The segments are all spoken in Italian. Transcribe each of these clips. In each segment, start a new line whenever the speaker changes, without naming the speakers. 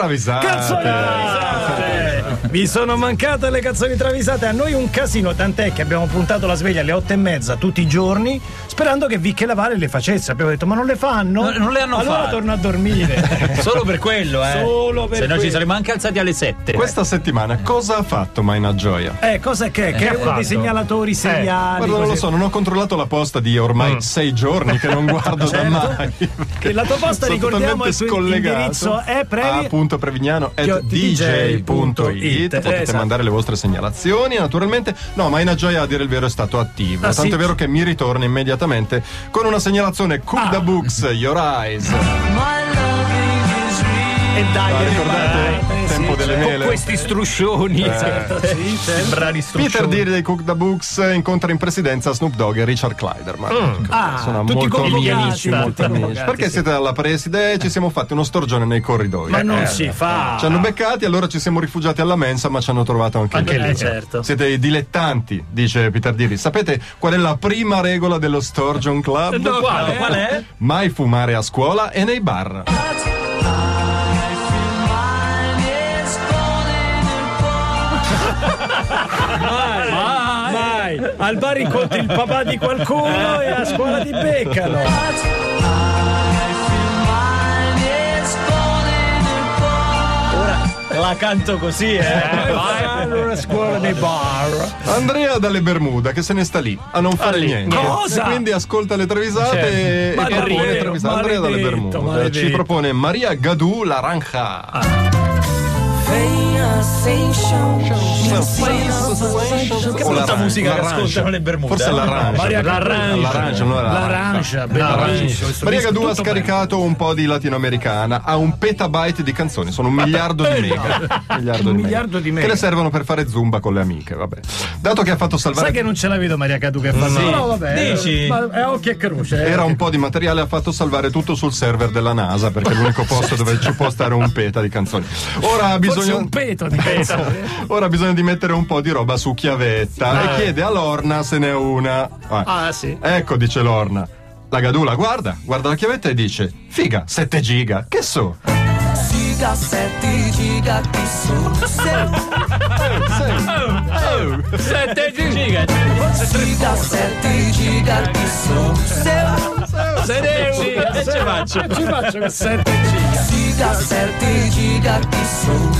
Travisate.
Cazzonate! Vi sono mancate le canzoni travisate, a noi un casino, tant'è che abbiamo puntato la sveglia alle otto e mezza tutti i giorni, sperando che Vic e la Vale le facesse. Abbiamo detto, ma non le fanno?
No, non le hanno
allora
fatte."
torna a dormire.
Solo per quello, eh.
Solo per
Se no
quello.
ci saremmo anche alzati alle 7.
Questa settimana cosa ha fatto Maina Gioia?
eh, cosa che è? Che è uno dei segnalatori seriali.
Eh, Guarda, non lo
così.
so, non ho controllato la posta di ormai sei giorni che non guardo da
Mm. Certo.
mai.
Che la tua posta,
Sono
ricordiamo,
totalmente
il tuo
scollegato. Ah,
indirizzo è previ...
A punto prevignano at
dj.it.
dj.it. Potete
Esatto.
mandare le vostre segnalazioni, naturalmente. No, Maina Gioia a dire il vero è stato attivo.
Ah,
Tanto
sì?
è vero che mi ritorna immediatamente con una segnalazione Cool
Ah.
da Books, Your Eyes.
e
La
dai, e
Eh, ricordate?
vai. Eh,
Tempo
sì,
delle mele.
Questi struscioni.
Eh,
Certo,
sì, brani struscioni.
Peter Deere dei Cook the Books eh, incontra in presidenza Snoop Dogg e Richard Kleiderman. Ecco,
Ah,
sono
tutti
molto
convocati,
molto amici,
tutti
molto amici.
convocati,
Perché
sì. Eh.
siete alla preside e ci siamo fatti uno storgione nei corridoi.
Ma
Eh,
non
eh.
si fa.
Ci hanno beccati, allora ci siamo rifugiati alla mensa, ma ci hanno trovato anche,
Anche lì,
Eh,
certo.
Siete i dilettanti, dice Peter Deere. Sapete qual è la prima regola dello Storgion
Eh,
Club?
No,
Cioè,
qual è? Qual è?
Mai fumare a scuola e nei bar.
Vai, Eh, al bar incontri il papà di qualcuno e a scuola ti beccano. La canto così, eh. Vai a scuola dei bar.
Andrea dalle Bermuda che se ne sta lì a non fare niente.
Ah, Cosa? Certo.
Quindi ascolta le travisate e- e
Maledetto,
propone le travisate. Andrea dalle
maledetto,
Bermuda Eh,
maledetto. Ah,
ci propone Maria Gadù l'arancia.
assim,
Che
O
brutta
l'arancia,
musica che
l'arancia.
ascoltano le Bermude.
Forse
eh.
l'arancia.
Maria L'arancia.
L'arancia, non l'arancia.
L'arancia, bellissimo. questo
Maria
disco,
Gadù ha
tutto bello.
scaricato un po' di latinoamericana, ha un petabyte di canzoni, sono un miliardo di mega. Un miliardo, di,
miliardo
mega.
di mega.
Che le servono per fare zumba con le amiche, vabbè. Dato che ha fatto salvare
Sai che non ce la vedo Maria Cadu che fa no, no, vabbè.
Dici?
Ma è occhio e croce. eh.
Era un po' di materiale, ha fatto salvare tutto sul server della NASA perché è l'unico posto dove ci può stare un peta di canzoni. Ora ha
Forse
bisogno,
un peto di peso.
ora ha bisogno di mettere un po' di roba su chiavetta e chiede a Lorna se n'è una. Ah.
Ah, sì.
Ecco, dice Lorna. La gadula guarda, guarda la chiavetta e dice: Figa, 7 giga, che so?
Diga sete, diga que sou seu.
Sette giga.
Diga sete, diga que sou seu.
Sette giga. Che ci faccio?
Ci faccio che sette
Diga sete, diga que sou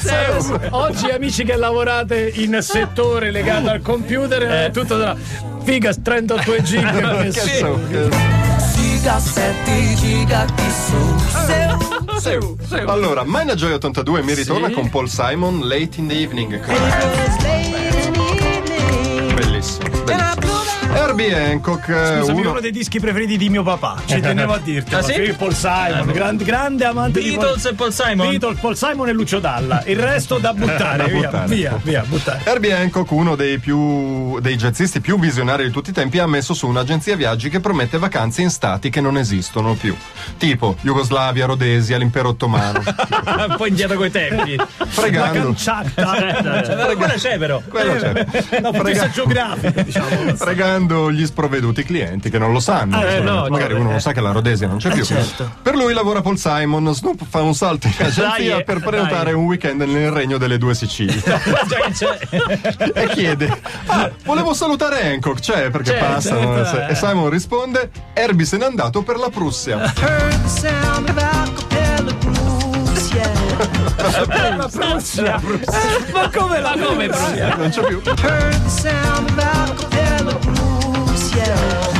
seu.
Oggi amici che lavorate in settore legato al computer, è tutto da figa 32 giga Eh. che
Che
sì.
so?
Diga sete, diga que sou seu.
Allora, Mina Joy 82 mi ritorna con Paul Simon Late in the Evening. Bellissimo. bellissimo. Herbie Hancock, eh,
Scusami,
uno
uno dei dischi preferiti di mio papà, ci tenevo a dirtelo.
Ah, sì?
Sì, Paul Simon, gran- grande amante
Beatles
di
e
Paul...
Paul Simon.
Beatles, Paul Simon e Lucio Dalla. Il resto da buttare,
Da
via,
buttare.
via, via, buttare.
Herbie Hancock, uno dei, più, dei jazzisti più visionari di tutti i tempi, ha messo su un'agenzia viaggi che promette vacanze in stati che non esistono più, tipo Jugoslavia, Rhodesia, l'impero ottomano.
Ah, Un po' indietro coi tempi. Eh,
La
fregando,
canciata.
Ma Quella c'è però.
quello
Eh,
c'è.
No,
frega-
presa geografica, diciamo.
fregando gli sprovveduti clienti che non lo sanno.
Eh,
insomma,
no,
magari
no,
uno non
eh. certo.
sa che la Rhodesia non c'è più. Per lui lavora Paul Simon, Snoop fa un salto in agenzia
eh,
per prenotare
dai.
un weekend nel regno delle due Sicilie.
Ma già che c'è.
e chiede: "Ah, volevo salutare Hancock, c'è perché
C'è,
passano.
certo,
se-
eh.
E Simon risponde: Herbie se n'è andato per la Prussia. Eh,
Heard the sound of acapella grooves, yeah.
Ma Ma come la come?
non c'è più.
Heard the sound of acapella grooves, yeah.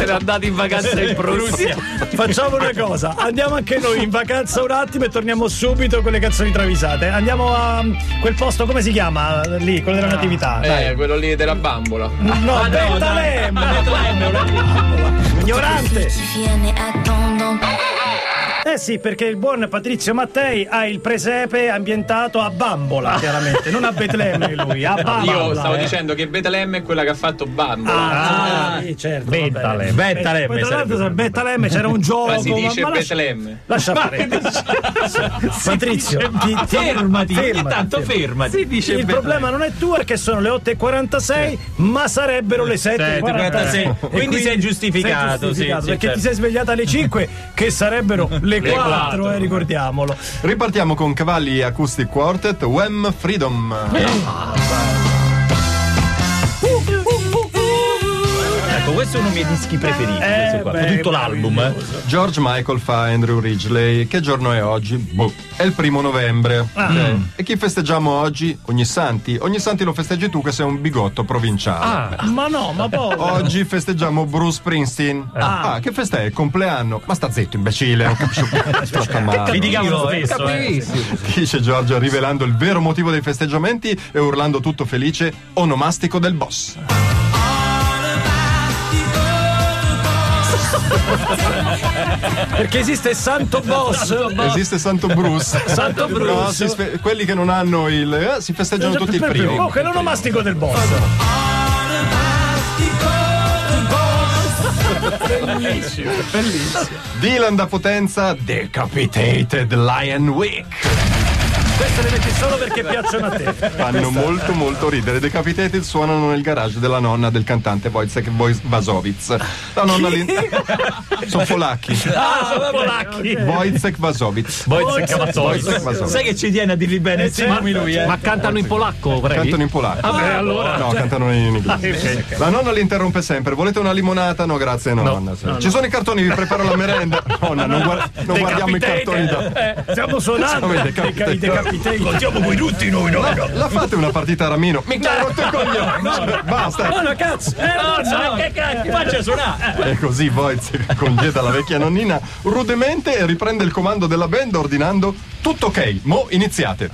Era andato in vacanza in Prussia.
Facciamo una cosa, andiamo anche noi in vacanza un attimo e torniamo subito con le canzoni travisate. Andiamo a um, quel posto, come si chiama? Lì, quello della natività.
Eh, quello lì della bambola. Ah,
No,
Ma
Betlemme, ignorante.
viene attendant.
Eh sì, perché il buon Patrizio Mattei ha il presepe ambientato a Bambola, chiaramente, non a Betlemme lui, a Bambola.
Io stavo
eh.
dicendo che Betlemme è quella che ha fatto bambola.
Ah,
Ah,
sì, certo.
Betlemme,
vabbè.
Betlemme
Poi tra l'altro
sarebbe.
su Betlemme c'era un gioco.
Ma si dice
lascia-
Betlemme.
Lascia fare. Patrizio, ti, ti-
Fermati, ogni
Ah, fermati,
tanto fermati. Si dice
Il problema non è tuo perché sono le 8.46, ma sarebbero le 7.46.
7:46.
E
Quindi sei giustificato, sì, sì,
perché
certo.
ti sei svegliata alle 5, che sarebbero Le
Le quattro.
4, eh, ricordiamolo.
Ripartiamo con Cavalli Acoustic Quartet, Wham Freedom.
Ecco, questo è uno dei miei dischi preferiti.
Eh,
questo qua. Fa
beh,
tutto l'album, eh.
George Michael fa Andrew Ridgely. Che giorno è oggi? Boh. È il primo novembre. Ok. E chi festeggiamo oggi? Ogni Santi. Ogni Santi lo festeggi tu che sei un bigotto provinciale.
Ma no, ma poi.
Oggi festeggiamo Bruce Springsteen. Ah, che festa è? Il compleanno. Ma sta zitto, imbecille, non capisci un cazzo, sta male.
Litigavano spesso, eh.
Dice Giorgio, rivelando il vero motivo dei festeggiamenti e urlando tutto felice, onomastico del boss.
Perché esiste Santo Boss.
Esiste Santo Bruce.
Santo Bruce.
si spe- quelli che non hanno il. eh, si festeggiano tutti i primi.
Oh, quello nomastico del boss.
Dylan da potenza, Decapitated Lion Week.
Queste le metti solo perché piacciono a te.
Fanno molto, molto ridere. Decapitated suonano nel garage della nonna del cantante Wojciech Woj- Wasowicz. La nonna lì. Sono polacchi.
Ah,
Esatto.
sono polacchi.
Wojciech Wasowicz.
Boys e Cavazzoli.
Boys e Cavazzoli.
Sai che ci tiene a dirgli bene il nomi lui, eh.
Ma cantano in polacco, prego.
Cantano in polacco.
Vabbè, allora.
No, cioè, cantano in inglese. La nonna li interrompe sempre. Volete una limonata? No, grazie, nonna. Ci sono i cartoni, vi preparo la merenda. Nonna, non, guar- non guardiamo i cartoni da.
Stiamo suonando.
Siamo i
Dei
decapitati.
capi- decapitati.
Contiamo coi tutti noi, no? no.
La fate una partita a ramino. Mica hai rotto il coglione. Cioè, Basta.
No, no, cazzo. Eh, no, no, che cacchio.
Faccia suonare.
E così Voiz congeda la vecchia nonnina rudemente e riprende il comando della band ordinando tutto ok, mo iniziate.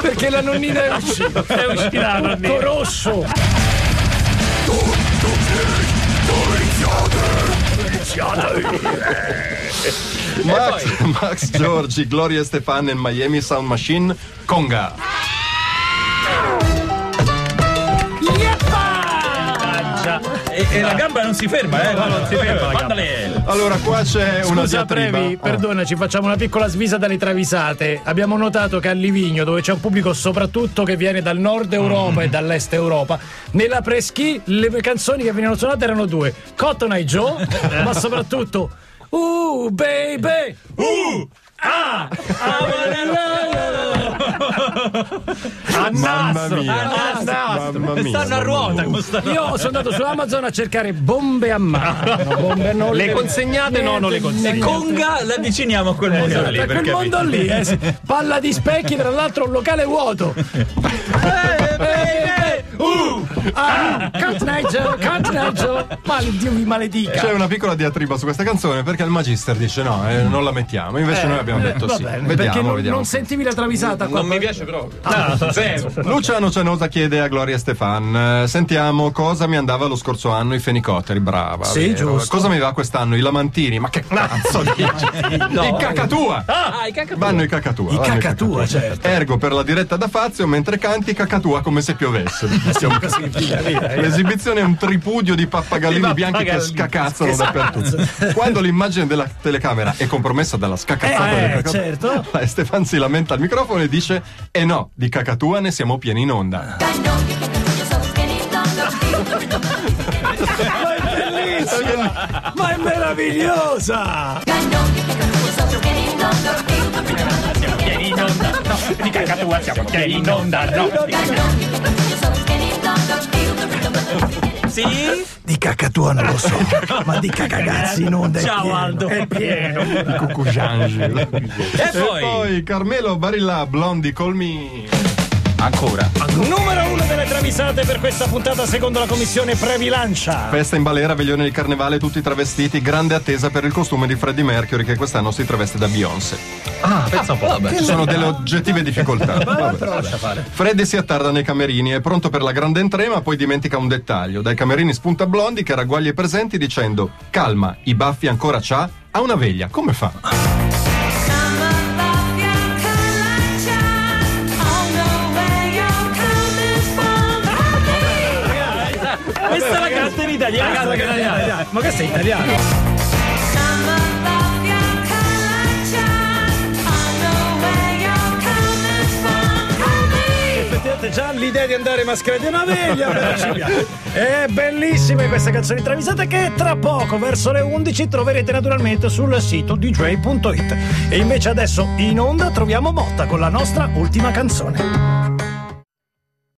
Perché la nonnina è uscita. È uscita la
Tutto rosso.
Max, Max Giorgi, Gloria Stefan e Miami Sound Machine, Conga.
E, e la gamba non si ferma, eh. non si ferma la gamba.
Allora qua c'è una
Scusa,
diatriba.
Ah.
Previ, perdonaci, facciamo una piccola svisa dalle travisate. Abbiamo notato che a Livigno, dove c'è un pubblico soprattutto che viene dal nord
Mm.
Europa e dall'est Europa, nella preschi le canzoni che venivano suonate erano due: Cotton Eye Joe, ma soprattutto Uh, baby! Uh! Ah! Ah,
Ah. Mamma mia.
Ah,
Mamma mia.
Stanno a ruota con sta
Io sono andato su Amazon a cercare bombe a mano. Bombe non
Le consegnate? No, non le
E
consegnate.
Conga la avviciniamo a quel mondo lì.
Da Esatto, quel
perché-
mondo lì, eh, sì. palla di specchi, tra l'altro un locale vuoto. Ah, Cantonaggio, cantonaggio, mal Dio vi maledica.
C'è una piccola diatriba su questa canzone perché il magister dice no, eh, non la mettiamo. Invece noi abbiamo detto
eh, Va
Certo, sì.
bene, perché
vediamo,
non,
vediamo.
non sentivi la travisata qua.
Non mi piace proprio.
Ah.
Zero.
Luciano Cianosa chiede a Gloria Stefan: eh, Sentiamo cosa mi andava lo scorso anno i fenicotteri, brava.
Sì, giusto.
Cosa mi va quest'anno i lamantini? Ma che cazzo dici? I cacatua!
Ah, i cacca
Vanno i cacatua. vanno
cacatua, certo.
Ergo per la diretta da Fazio mentre canti cacatua come se piovesse. Siamo così. Eh, L'esibizione è un tripudio di pappagallini Esatto. bianchi che scacazzano dappertutto. Quando l'immagine della telecamera è compromessa dalla scacazzata
Eh,
del
eh,
cacatù-
certo.
e Stefan si lamenta al microfono e dice: Eh no, di cacatua ne siamo pieni in onda.
Ma è bellissima! ma è meravigliosa!
Di cacatua siamo che in onda, no? Sì?
Di cacatua non lo so, ma di cacagazzi in onda.
Ciao Aldo.
È pieno.
E
E poi,
poi?
Carmelo Barilla Blondi Colmi.
Ancora.
Numero uno delle travisate per questa puntata secondo la commissione Previlancia.
Festa in balera, veglione di carnevale, tutti travestiti, grande attesa per il costume di Freddie Mercury che quest'anno si traveste da Beyoncé.
Ah,
Ci sono delle oggettive difficoltà. Vabbè. Freddy si attarda nei camerini, è pronto per la grande entrée, ma poi dimentica un dettaglio. Dai camerini spunta Blondi che raguaglia i presenti dicendo: Calma, i baffi ancora c'ha, ha una veglia, come fa?
Questa è la canzone italiana.
Ma che sei italiano? avevate già l'idea di andare mascherati a una veglia, però ci piace. È bellissima questa canzone travisata che tra poco, verso le 11, troverete naturalmente sul sito dj.it. E invece adesso in onda troviamo Motta con la nostra ultima canzone.